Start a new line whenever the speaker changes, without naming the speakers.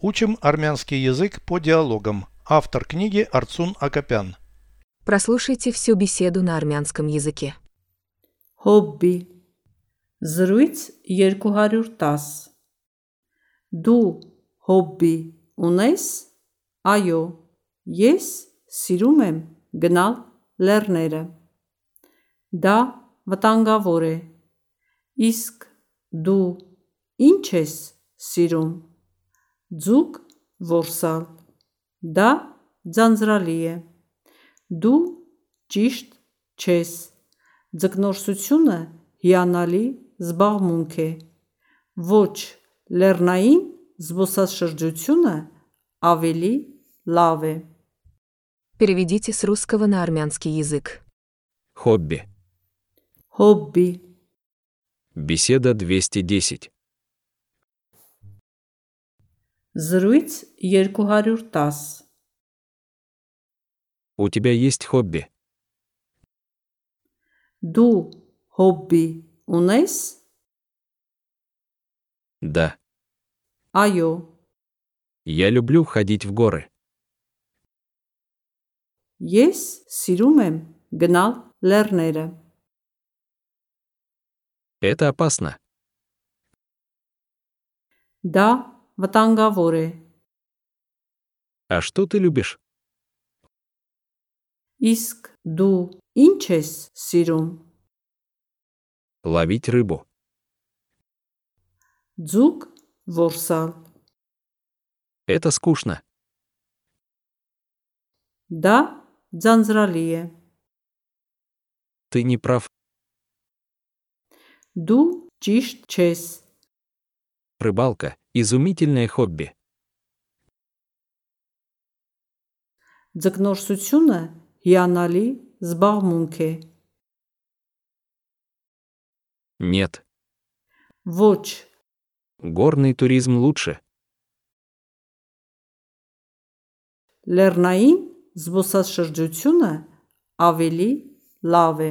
Учим армянский язык по диалогам. Автор книги Арцун Акопян.
Прослушайте всю беседу на армянском языке.
Հոբբի Զրույց 210 Դու հոբբի ունես? Այո, ես սիրում եմ գնալ լեռները։ Դա վտանգավոր է։ Իսկ դու ինչ ես սիրում? Ձուկ որսալ։ Դա ձանձրալի է։ Դու ճիշտ չես։ Ձկնորսությունը հիանալի զբաղմունք է։ Ոչ լեռնային զբոսաշրջությունը ավելի լավ է։
Переведите с русского на армянский язык.
Хобби.
Հոբբի
Беседа 210.
Զրույց 210
У тебя есть хобби?
Դու հոբբի ունես?
Да.
Այո,
Я люблю ходить в горы.
ես սիրում եմ գնալ լեռները։
Это опасно.
Դա վտանգավոր է։
А что ты любишь?
Իսկ դու ինչ ես սիրում?
Ловить рыбу.
Ձուկ որսալ։
Это скучно.
Դա ձանձրալի է։
Ты не прав.
Դու ճիշտ չես։
Рыбалка – изумительное хобби.
Ձկնորսությունը հիանալի զբաղմունք է։
Нет.
Ոչ,
Горный туризм лучше.
լեռնային զբոսաշրջությունը ավելի լավ է։